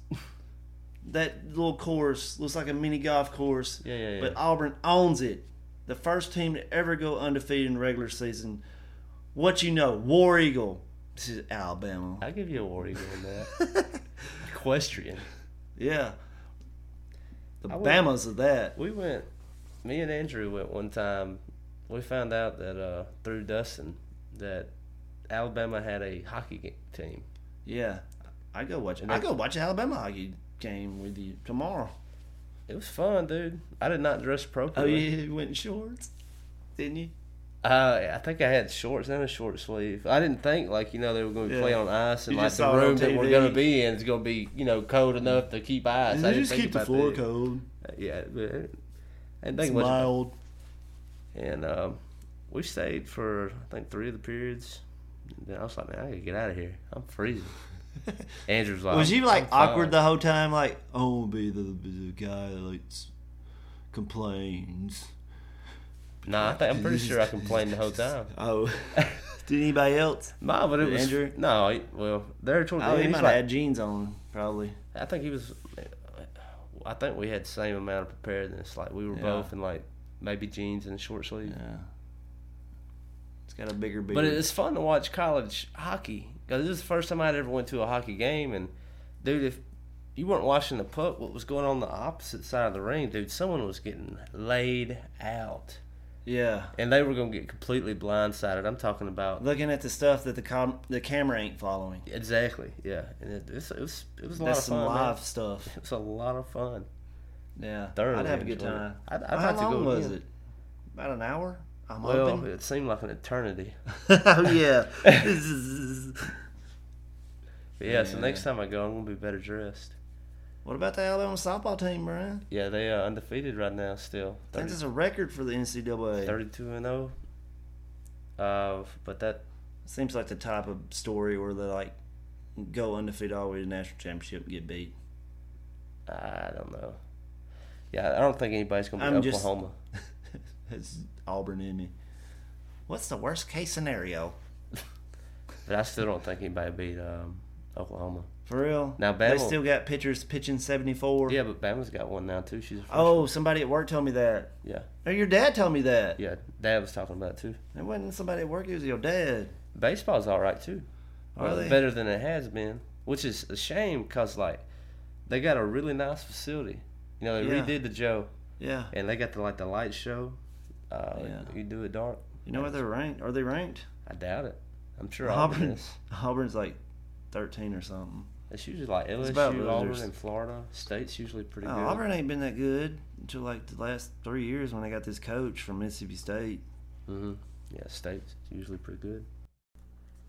S1: That little course looks like a mini golf course.
S2: Yeah, yeah, yeah.
S1: But Auburn owns it. The first team to ever go undefeated in the regular season. What you know, War Eagle. This is Alabama.
S2: I'll give you a war eagle on that. *laughs* equestrian.
S1: Yeah. The
S2: would-
S1: Bamas of that.
S2: We went, me and Andrew went one time. We found out that uh, through Dustin that Alabama had a hockey ga- team.
S1: Yeah. I go watch. I go watch an Alabama hockey game with you tomorrow.
S2: It was fun, dude. I did not dress
S1: Oh,
S2: appropriately.
S1: yeah, you went in shorts, didn't you?
S2: Uh, I think I had shorts and a short sleeve. I didn't think like you know they were going to be
S1: Yeah.
S2: playing on ice and
S1: You
S2: like
S1: just
S2: the
S1: saw it on
S2: room that we're
S1: TV.
S2: going to be in is going to be you know cold enough to keep ice. I didn't think about that. Uh,
S1: cold.
S2: Yeah, but I didn't think much about And um, we stayed for I think three of the periods. And then I was like, man, I gotta get out of here. I'm
S1: *laughs*
S2: freezing. Andrew's like,
S1: Was you like
S2: "I'm fine."
S1: awkward the whole time? Like, I want to be the, the guy that like s- complains.
S2: Nah, I think, I'm
S1: *laughs*
S2: pretty sure I complained the whole time.
S1: Oh, *laughs* did anybody else?
S2: Nah, but it was
S1: Andrew?
S2: No, he, well, there toward the
S1: Oh,
S2: end,
S1: he
S2: he's
S1: might have
S2: like-
S1: had jeans on, probably.
S2: I think he was. I think we had the same amount of preparedness. Like we were
S1: Yeah.
S2: both in like maybe jeans and short sleeve.
S1: Yeah, it's got a bigger beard.
S2: But it's fun to watch college hockey because this is the first time I'd ever went to a hockey game. And dude, if you weren't watching the puck, what was going on the opposite side of the ring, dude? Someone was getting laid out,
S1: yeah,
S2: and they were gonna get completely blindsided. I'm talking about
S1: looking at the stuff that the com- the camera ain't following.
S2: exactly, yeah. And it, it's, it was it was a lot
S1: That's
S2: of
S1: some
S2: fun. man.
S1: live stuff.
S2: It was a lot of fun.
S1: Yeah,
S2: Thoroughly
S1: I'd have a good
S2: enjoyed it.
S1: time.
S2: I'd- I'd
S1: How
S2: like to go
S1: long was
S2: again.
S1: it? About an hour. I'm
S2: Well,
S1: hoping.
S2: it seemed like an eternity.
S1: *laughs* oh yeah.
S2: *laughs* But yeah, so next time I go, I'm gonna be better dressed.
S1: what about the Alabama softball team, Brian?
S2: Yeah, they are undefeated right now still.
S1: I think
S2: 30
S1: that's a record for the NCAA.
S2: 32 and 0. Uh, but that
S1: Seems like the type of story where they like go undefeated all the way to the national championship and get beat.
S2: I don't know. Yeah, I don't think anybody's gonna be
S1: I'm just-
S2: Oklahoma.
S1: That's Auburn in me. What's the worst case scenario?
S2: But I still don't think anybody beat um, Oklahoma.
S1: For real?
S2: Now,
S1: they
S2: Bama-
S1: still got pitchers pitching seventy four.
S2: Yeah, but Bama's got one now too. She's a freshman.
S1: Oh, somebody at work told me that.
S2: yeah,
S1: Or your dad told me that.
S2: yeah. Dad was talking about it too.
S1: It wasn't somebody at work. It was your dad.
S2: Baseball's all right too.
S1: Are
S2: Uh,
S1: they?
S2: better than it has been, which is a shame because like they got a really nice facility. You know, they
S1: Yeah.
S2: redid the Joe
S1: Yeah.
S2: and they got the like the light show. Uh,
S1: Yeah.
S2: You do it dark.
S1: You know where they're ranked? Are they ranked?
S2: I doubt it. I'm sure Auburn
S1: Auburn's
S2: is.
S1: *laughs* Auburn's like thirteen or something.
S2: It's usually like
S1: about
S2: LSU, Auburn,
S1: losers.
S2: and Florida. State's usually pretty
S1: No,
S2: good.
S1: Oh, Auburn ain't been that good until like the last three years when they got this coach from Mississippi State. Mm-hmm.
S2: hmm Yeah, State's usually pretty good.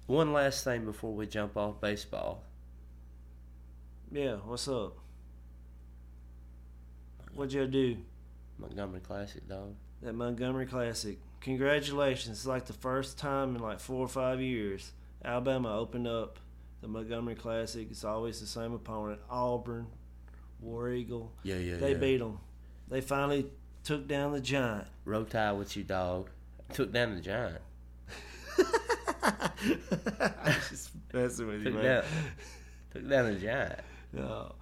S2: One last thing before we jump off baseball.
S1: Yeah, what's up? What'd you do?
S2: Montgomery Classic, dog.
S1: That Montgomery Classic. Congratulations. It's like the first time in like four or five years Alabama opened up the Montgomery Classic. It's always the same opponent Auburn, War Eagle.
S2: Yeah, yeah,
S1: They beat
S2: yeah.
S1: 'em. beat them. They finally took down the Giant.
S2: Row tie with you, dog. Took down the giant.
S1: just messing with you,
S2: Took
S1: man.
S2: down, took down the giant.
S1: No,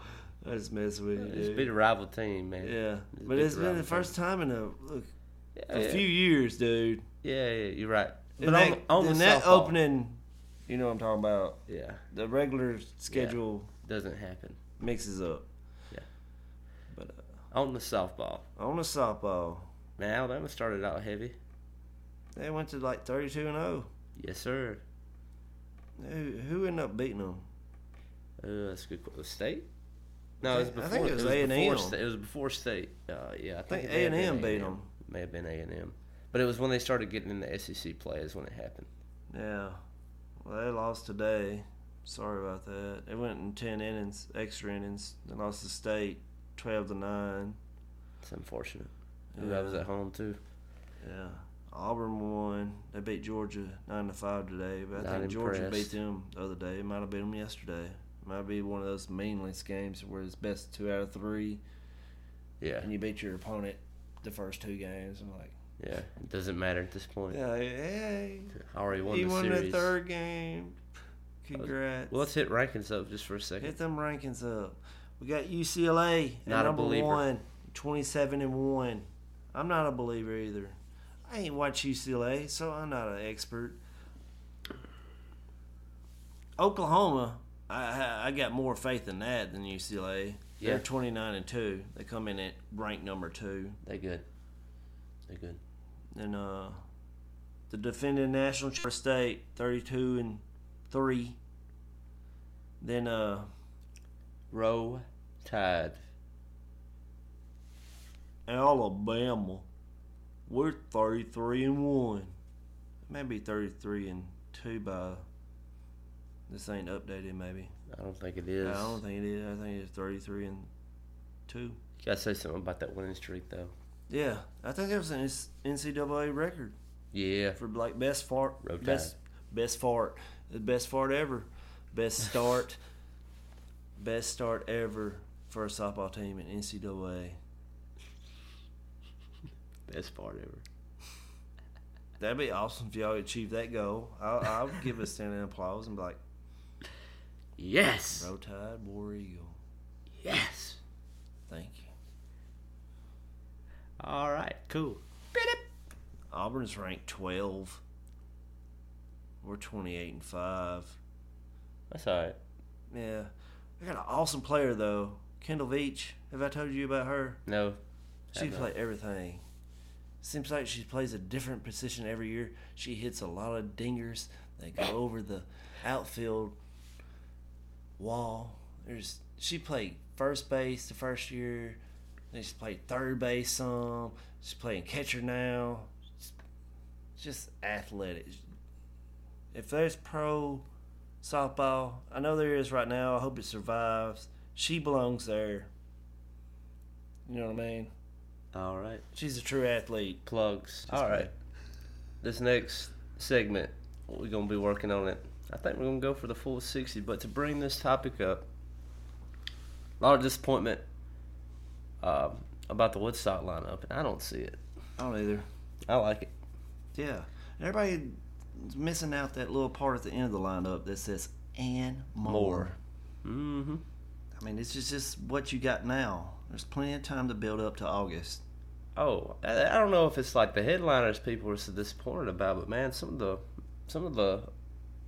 S1: I just mess with you,
S2: Just
S1: dude.
S2: beat a rival team, man.
S1: yeah,
S2: Just
S1: but
S2: beat
S1: it's
S2: a
S1: been
S2: rival
S1: the first time in a look,
S2: team.
S1: a
S2: yeah,
S1: few years, dude.
S2: Yeah, yeah, you're right. But
S1: And
S2: on,
S1: that,
S2: the- on the
S1: and that
S2: softball,
S1: opening, you know what I'm talking about.
S2: yeah,
S1: The regular schedule
S2: doesn't happen.
S1: mixes up.
S2: Yeah.
S1: But uh,
S2: On the softball,
S1: on the softball,
S2: man, Alabama started out heavy.
S1: they went to like 32 and 0.
S2: Yes, sir.
S1: Who, who ended up beating them?
S2: Uh, that's a good. qu- State? No, it was
S1: think- I
S2: before.
S1: think it was A&M.
S2: before sta- It was before state. Uh, yeah, I think,
S1: think
S2: it may
S1: A&M
S2: have been
S1: beat
S2: A&M.
S1: 'em.
S2: May have been A and M, but it was when they started getting in the SEC play is when it happened.
S1: Yeah. Well, they lost today. Sorry about that. They went in 10 innings, extra innings. They lost to state 12 to 9.
S2: It's unfortunate. Ooh, I was at home too.
S1: Yeah. Auburn won. They beat Georgia 9 to 5 today. But I
S2: Not
S1: think Georgia beat
S2: impressed.
S1: them the other day. It might have beat them yesterday. Might be one of those meaningless games where it's best two out of three,
S2: Yeah,
S1: and you beat your opponent the first two games. I'm like,
S2: yeah. It doesn't matter at this point.
S1: yeah, hey,
S2: I already won
S1: he
S2: the
S1: won the
S2: series.
S1: third game. Congrats.
S2: Well, let's hit rankings up just for a second.
S1: Hit them rankings up. We got UCLA at
S2: Not a
S1: number
S2: believer.
S1: one, 27 and one. I'm not a believer either. I ain't watch UCLA, so I'm not an expert. Oklahoma, I- I I got more faith in that than UCLA.
S2: Yeah.
S1: They're 29 and two. They come in at rank number two.
S2: They good. They good.
S1: And uh, the defending national champion state, 32 and three. Then uh,
S2: Row Tide.
S1: Alabama. We're thirty three and one. Maybe thirty three and two by this ain't updated maybe.
S2: I don't think it is.
S1: I don't think it is. I think it's thirty three and two.
S2: You gotta say something about that winning streak though.
S1: Yeah. I think that was an NCAA record
S2: Yeah.
S1: for like best fart
S2: Road
S1: best best fart. The best fart ever. Best start best start ever for a softball team in NCAA.
S2: Best part ever.
S1: That'd be awesome if y'all achieved that goal. I'll, I'll give a standing applause and be like,
S2: Yes.
S1: Row Tide, War Eagle.
S2: Yes.
S1: Thank you.
S2: All right. Cool.
S1: Auburn's ranked 12. We're 28 and 5.
S2: That's all right.
S1: Yeah. I got an awesome player, though. Kendall Veach. Have I told you about her?
S2: No.
S1: She
S2: Have I?
S1: played everything. Seems like she plays a different position every year. She hits a lot of dingers that go over the outfield wall. There's she played first base the first year. Then she played third base some. She's playing catcher now. Just athletic. If there's pro softball, I know there is right now. I hope it survives. She belongs there. You know what I mean?
S2: All right.
S1: She's a true athlete.
S2: Plugs. all right. This next segment, we're gonna be working on it. I think we're gonna go for the full sixty. But to bring this topic up, a lot of disappointment um, about the Woodstock lineup, and I don't see it.
S1: I don't either.
S2: I like it.
S1: Yeah. And everybody's missing out that little part at the end of the lineup that says and more.
S2: Mm-hmm.
S1: I mean, it's just, just what you got now. There's plenty of time to build up to August.
S2: Oh, I, I don't know if it's like the headliners people are so disappointed about, but man, some of the some of the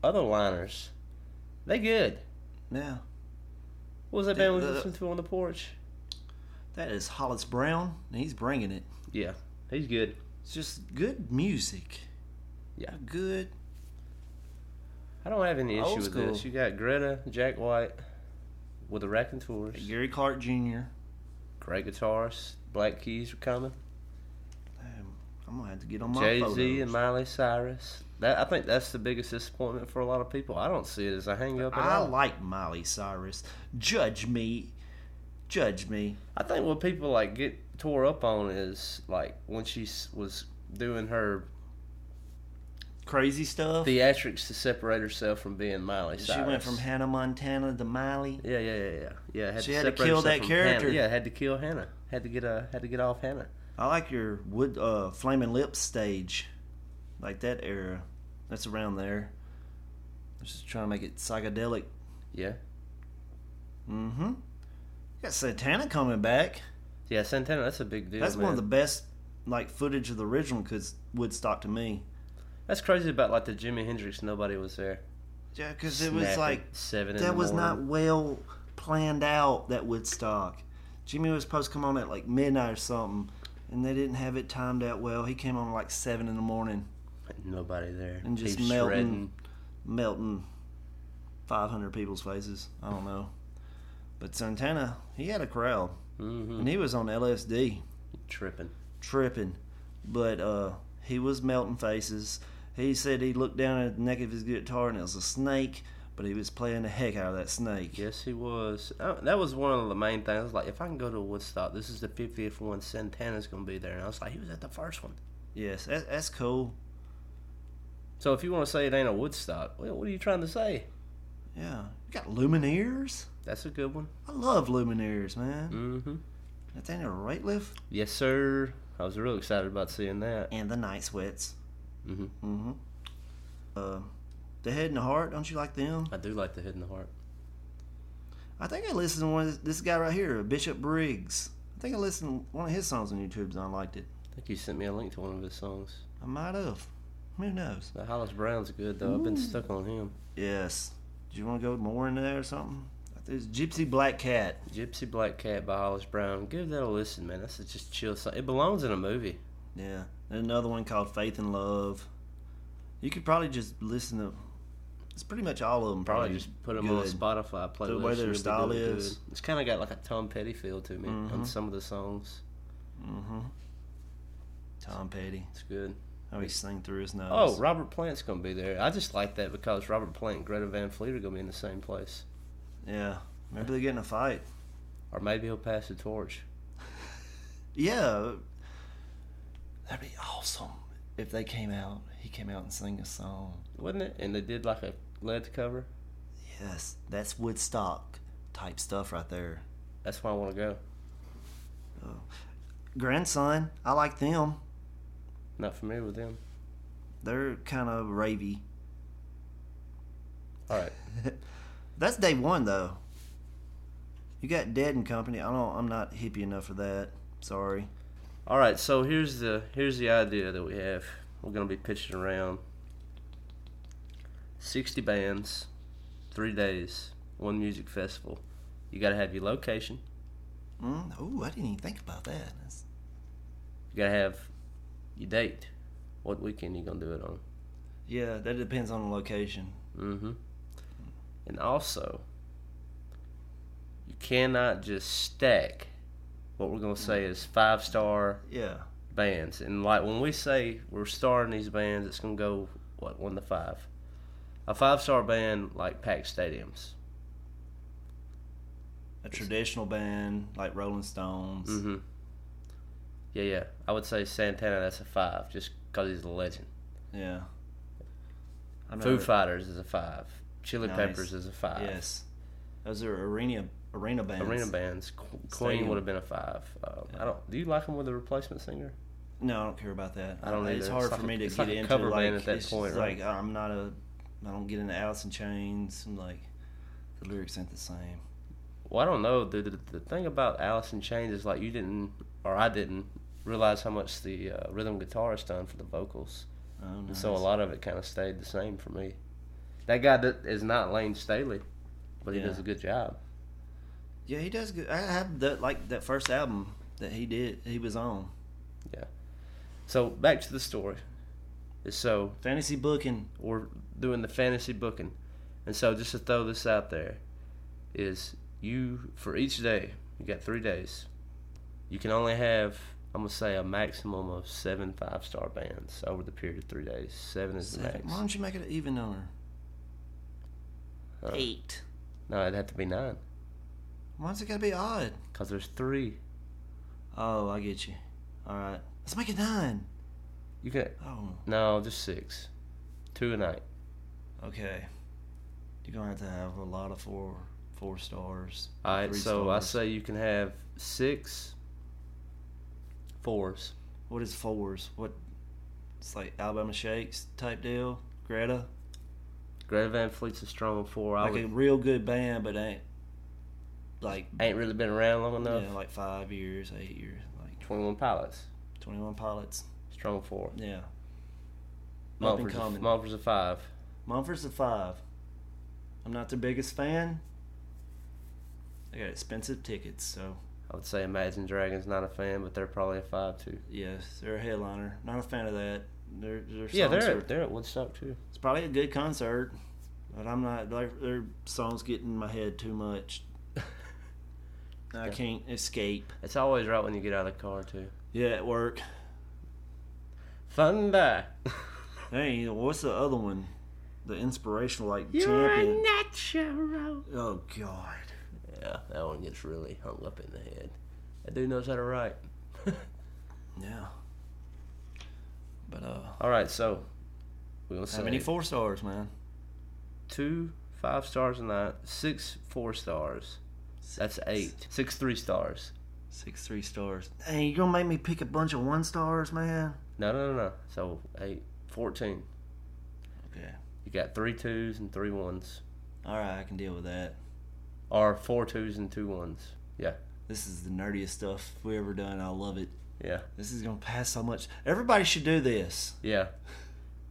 S2: other liners, they good.
S1: Yeah.
S2: What was that band we
S1: The- the-
S2: listened to on the porch?
S1: That is Hollis Brown, and he's bringing it.
S2: Yeah, he's good.
S1: It's just good music.
S2: Yeah,
S1: Good.
S2: I don't have any issue
S1: Old
S2: with
S1: school.
S2: this. You got Greta, Jack White, with the Raconteurs,
S1: Gary Clark Jr.
S2: great guitars, Black Keys were coming,
S1: Um, I'm gonna have to get on my
S2: Jay Z
S1: photos.
S2: and Miley Cyrus. That I think that's the biggest disappointment for a lot of people. I don't see it as a hang up at
S1: I
S2: all.
S1: like Miley Cyrus. Judge me. Judge me.
S2: I think what people like get tore up on is like when she s- was doing her
S1: Crazy stuff.
S2: theatrics to separate herself from being Miley Cyrus.
S1: she went from Hannah Montana to Miley.
S2: Yeah, yeah, yeah, yeah. Yeah, had
S1: She had to
S2: separate
S1: kill
S2: herself
S1: that
S2: from
S1: character.
S2: Hannah. Yeah, had to kill Hannah. Had to get uh, had to get off Hannah.
S1: I like your wood uh flaming lips stage. Like that era. That's around there. Just trying to make it psychedelic.
S2: Yeah.
S1: Mm-hmm. Got Santana coming back.
S2: Yeah, Santana, that's a big deal.
S1: That's one of the
S2: man.
S1: best like footage of the original cause Woodstock to me.
S2: That's crazy about like the Jimi Hendrix. Nobody was there.
S1: Yeah, because it was
S2: Snapping
S1: like
S2: seven. in
S1: that
S2: the
S1: was not
S2: morning.
S1: well planned out. That Woodstock. Jimmy was supposed to come on at like midnight or something, and they didn't have it timed out well. He came on like seven in the morning,
S2: nobody there.
S1: and just
S2: He's
S1: melting,
S2: shredding.
S1: melting five hundred people's faces. I don't know, but Santana he had a crowd,
S2: Mhm.
S1: and he was on LSD.
S2: tripping.
S1: tripping, but uh, he was melting faces. He said he looked down at the neck of his guitar and it was a snake, but he was playing the heck out of that snake.
S2: Yes, he was. Uh, that was one of the main things. I was like, if I can go to Woodstock, this is the 50th one. Santana's gonna be there, and I was like, he was at the first one.
S1: Yes, that, that's cool.
S2: So if you want to say it ain't a Woodstock, well, what are you trying to say?
S1: Yeah, we got Lumineers.
S2: That's a good one.
S1: I love Lumineers, man.
S2: Mm-hmm.
S1: Nathaniel Rateliff
S2: Yes, sir. I was real excited about seeing that.
S1: and the Night Sweats.
S2: Mhm.
S1: Mm-hmm. Uh, the Head and the Heart. Don't you like them?
S2: I do like the Hidden Heart.
S1: I think I listened to one. Of this, this guy right here, Bishop Briggs. I think I listened to one of his songs on YouTube and I liked it.
S2: I think you sent me a link to one of his songs.
S1: I might have. Who knows?
S2: The Hollis Brown's good though. I've been stuck on him.
S1: Yes. Do you want to go more into that or something? There's Gypsy Black Cat.
S2: Gypsy Black Cat by Hollis Brown. Give that a listen, man. That's a just chill song. It belongs in a movie.
S1: Yeah. There's another one called Faith and Love. You could probably just listen to. It's pretty much all of them.
S2: Probably just put them on
S1: good.
S2: Spotify playlist.
S1: way their
S2: You'll be
S1: style
S2: really
S1: is. Mm-hmm.
S2: good. It's kind of got like a Tom Petty feel to me on some of the songs.
S1: Tom Petty.
S2: It's good.
S1: Oh, he sang through his nose.
S2: Oh, Robert Plant's gonna be there. I just like that because Robert Plant and Greta Van Fleet are gonna be in the same place.
S1: Yeah. Maybe they're getting a fight.
S2: Or maybe he'll pass the torch.
S1: Yeah. That'd be awesome if they came out. He came out and sang a song.
S2: Wouldn't it? And they did like a lead cover.
S1: Yes. That's Woodstock type stuff right there.
S2: That's why I want to go.
S1: Grandson. I like them.
S2: Not familiar with them.
S1: They're kind of ravey.
S2: All right.
S1: That's day one though. You got Dead and Company. I don't. I'm not hippie enough for that. Sorry.
S2: All right, so here's the here's the idea that we have. We're gonna be pitching around sixty bands, three days, one music festival. You gotta have your location.
S1: Mm, oh, I didn't even think about that. That's,
S2: You gotta have your date. What weekend you gonna do it on?
S1: yeah, that depends on the location.
S2: Mm-hmm. And also, you cannot just stack. What we're gonna say is five star
S1: Yeah.
S2: bands. And like when we say we're starring these bands, it's gonna go what one to five. A five star band like packed stadiums.
S1: A traditional band like Rolling Stones.
S2: Mm-hmm. Yeah, yeah. I would say Santana. That's a five, just because he's a legend.
S1: Yeah. I'm
S2: Foo Fighters is a five. Chili
S1: Nice.
S2: Peppers is a five.
S1: Yes. Those are arena arena bands.
S2: Arena bands. Qu- Queen
S1: Stadium.
S2: would have been a five. Um, I don't. Do you like them with a replacement singer?
S1: No, I don't care about that.
S2: I don't
S1: It's
S2: either.
S1: hard
S2: It's
S1: for
S2: like a-
S1: me to
S2: it's
S1: get
S2: like a
S1: into
S2: cover
S1: like
S2: band at that
S1: it's
S2: point,
S1: just
S2: right?
S1: Like I'm not a. I don't get into Alice in Chains and like the lyrics ain't the same.
S2: Well, I don't know. The, the, the thing about Alice in Chains is like you didn't, or I didn't, realize how much the uh, rhythm guitarist done for the vocals.
S1: Oh,
S2: And so a lot of it kind of stayed the same for me. That guy that is not Lane Staley, but he
S1: Yeah.
S2: does a good job.
S1: Yeah, he does good. I have that like that first album that he did. He was on
S2: Yeah. So back to the story. So
S1: fantasy booking.
S2: we're doing the fantasy booking. And so just to throw this out there is you for each day, you got three days. You can only have I'm gonna say a maximum of seven five star bands over the period of three days. Seven is the max.
S1: Why don't you make it an even number?
S2: Uh,
S1: Eight.
S2: No, it'd have to be nine.
S1: Why's it gotta be odd?
S2: Because there's three.
S1: Oh, I get you. All right, let's make it nine.
S2: You can
S1: Oh,
S2: no, just six. Two a night.
S1: okay. You're gonna have to have a lot of four four stars.
S2: All right,
S1: three
S2: so I
S1: stars.
S2: say you can have six fours.
S1: what is fours? What? It's like Alabama Shakes type deal. Greta.
S2: Greta Van Fleet's a strong four. I
S1: Like
S2: would-
S1: a real good band, but ain't like
S2: ain't really been around long
S1: you
S2: enough.
S1: know, like five years, eight years, like
S2: Twenty One Pilots,
S1: Twenty One Pilots.
S2: strong four.
S1: Yeah, up and
S2: Mumford's a,
S1: coming.
S2: Mumford's a five.
S1: Mumford's a five. I'm not their biggest fan. They got expensive tickets, so
S2: I would say Imagine Dragons not a fan, but they're probably a five too.
S1: yes, they're a headliner. Not a fan of that. Their their songs
S2: Yeah, they're
S1: are,
S2: they're at Woodstock too.
S1: it's probably a good concert, but I'm not like their songs get in my head too *laughs* much. I can't escape.
S2: It's always right when you get out of the car too.
S1: Yeah, at work.
S2: *laughs* Thunder.
S1: Hey, what's the other one? The inspirational like
S2: You're a
S1: champion.
S2: natural.
S1: Oh God.
S2: Yeah, that one gets really hung up in the head. That dude knows how to write.
S1: Yeah. But uh,
S2: All right, so we'll
S1: how
S2: say
S1: many four stars, man?
S2: two five stars and nine, six four stars. That's eight. Six three stars.
S1: Six three stars. Hey, you gonna make me pick a bunch of one stars, man?
S2: No, no, no, no. So eight, 14.
S1: Okay.
S2: You got three twos and three ones,
S1: All right, I can deal with that.
S2: or four twos and two ones. Yeah,
S1: This is the nerdiest stuff we ever done. I love it.
S2: yeah,
S1: This is gonna pass so much. Everybody should do this.
S2: yeah.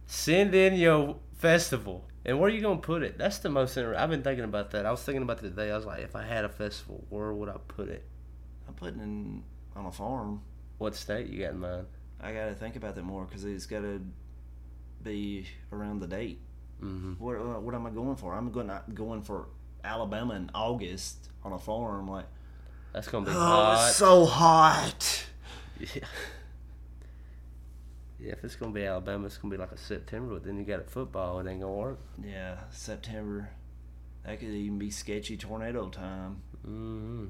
S2: Send in your festival, and where are you gonna put it? That's the most. Inter- I've been thinking about that. I was thinking about it today. I was like, if I had a festival, where would I put it?
S1: I'm putting in on a farm.
S2: What state you got in mind?
S1: I gotta think about that more because it's gotta be around the date. Mm-hmm. What uh, what am I going for? I'm going not going for Alabama in August on a farm. Like,
S2: That's gonna be
S1: oh,
S2: hot.
S1: it's so hot.
S2: yeah. *laughs* yeah, if it's gonna be Alabama, it's gonna be like a September. But then you got football, it ain't gonna work.
S1: Yeah, September. That could even be sketchy tornado time.
S2: hmm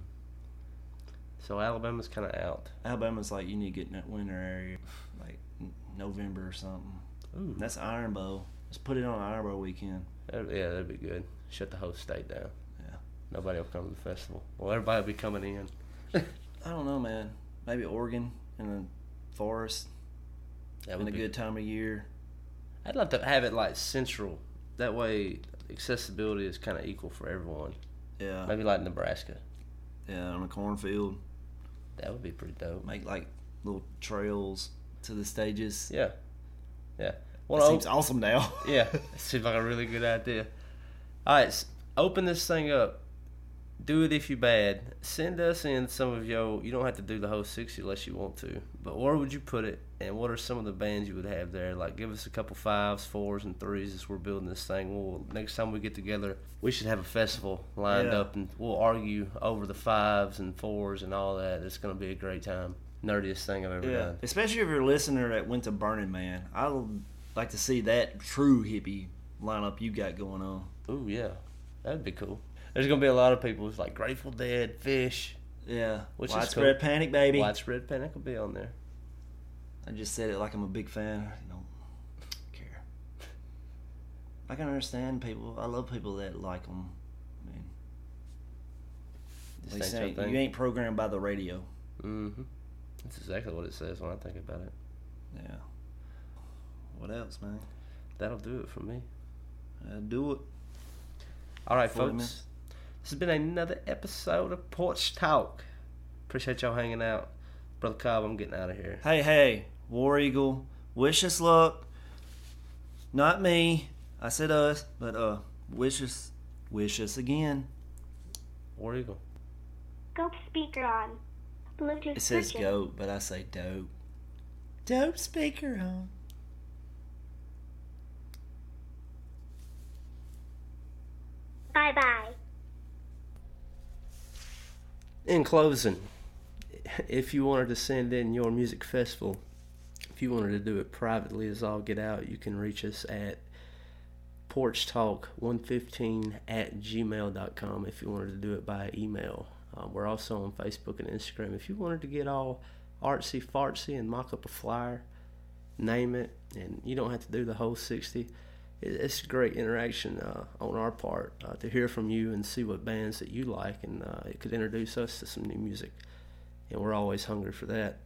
S2: So Alabama's kind of out.
S1: Alabama's like you need to get in that winter area, like n- November or something.
S2: Ooh.
S1: That's Iron Bowl. Let's put it on Iron Bowl weekend.
S2: That- yeah, that'd be good. Shut the whole state down.
S1: Yeah.
S2: Nobody will come to the festival. Well, everybody will be coming in.
S1: I don't know, man. Maybe Oregon in the forest
S2: That
S1: in
S2: would
S1: a
S2: be
S1: good time of year.
S2: I'd love to have it like central. That way, accessibility is kind of equal for everyone.
S1: Yeah,
S2: Maybe like Nebraska.
S1: yeah, on a cornfield.
S2: That would be pretty dope.
S1: Make like little trails to the stages.
S2: Yeah, yeah.
S1: It
S2: Well,
S1: seems awesome
S2: *laughs*
S1: now.
S2: yeah, it seems like a really good idea. All right, s- open this thing up. Do it if you bad. Send us in some of your. You don't have to do the whole sixty unless you want to. But where would you put it? And what are some of the bands you would have there? Like, give us a couple fives, fours, and threes as we're building this thing. We'll next time we get together, we should have a festival lined
S1: Yeah.
S2: up, and we'll argue over the fives and fours and all that. It's gonna be a great time. Nerdiest thing I've ever
S1: yeah,
S2: done.
S1: *laughs* especially if you're a listener that went to Burning Man. I would like to see that true hippie lineup you got going on.
S2: Ooh yeah, that'd be cool. There's gonna be a lot of people who's like Grateful Dead, Fish,
S1: Yeah,
S2: Which is
S1: widespread
S2: cool.
S1: panic, baby.
S2: Widespread Panic will be on there.
S1: I just said it like I'm a big fan. I don't care. I can understand people. I love people that like them. I mean,
S2: Just
S1: they
S2: ain't
S1: say
S2: your thing.
S1: you ain't programmed by the radio.
S2: Mhm. That's exactly what it says when I think about it.
S1: Yeah. What else, man?
S2: That'll do it for me.
S1: Uh, do it.
S2: All right,
S1: Forty
S2: folks.
S1: minutes.
S2: This has been another episode of Porch Talk. Appreciate y'all hanging out, brother Cobb. I'm getting out of here.
S1: Hey, hey, War Eagle. Wish us luck. Not me. I said us, but uh, wish us, wish us again.
S2: War Eagle.
S4: Go speaker on. Bluetooth
S1: It says
S4: switching.
S1: goat, but I say dope. Dope speaker on.
S4: Bye bye.
S2: In closing, if you wanted to send in your music festival, if you wanted to do it privately as all get out, you can reach us at porchtalk115 at gmail.com if you wanted to do it by email. Um, we're also on Facebook and Instagram. If you wanted to get all artsy fartsy and mock up a flyer, name it, and you don't have to do the whole 60. It- It's great interaction uh, on our part uh, to hear from you and see what bands that you like, and uh, it could introduce us to some new music. And we're always hungry for that.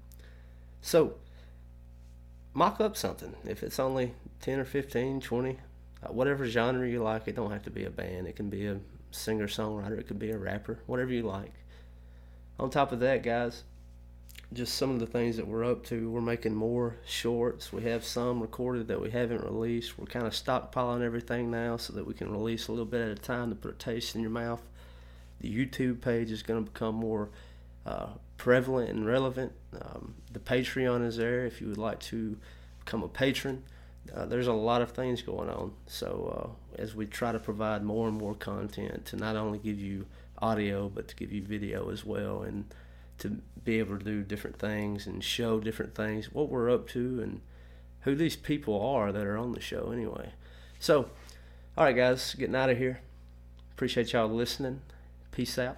S2: So, mock up something. If it's only 10 or 15, 20, uh, whatever genre you like. It don't have to be a band. It can be a singer songwriter. It could be a rapper. Whatever you like. On top of that, guys, just some of the things that we're up to. We're making more shorts. We have some recorded that we haven't released. We're kind of stockpiling everything now so that we can release a little bit at a time to put a taste in your mouth. The YouTube page is going to become more uh, prevalent and relevant. Um, the Patreon is there if you would like to become a patron. Uh, there's a lot of things going on. So, uh, as we try to provide more and more content to not only give you audio, but to give you video as well, and to be able to do different things and show different things, what we're up to, and who these people are that are on the show anyway. So, all right, guys, getting out of here. Appreciate y'all listening. Peace out.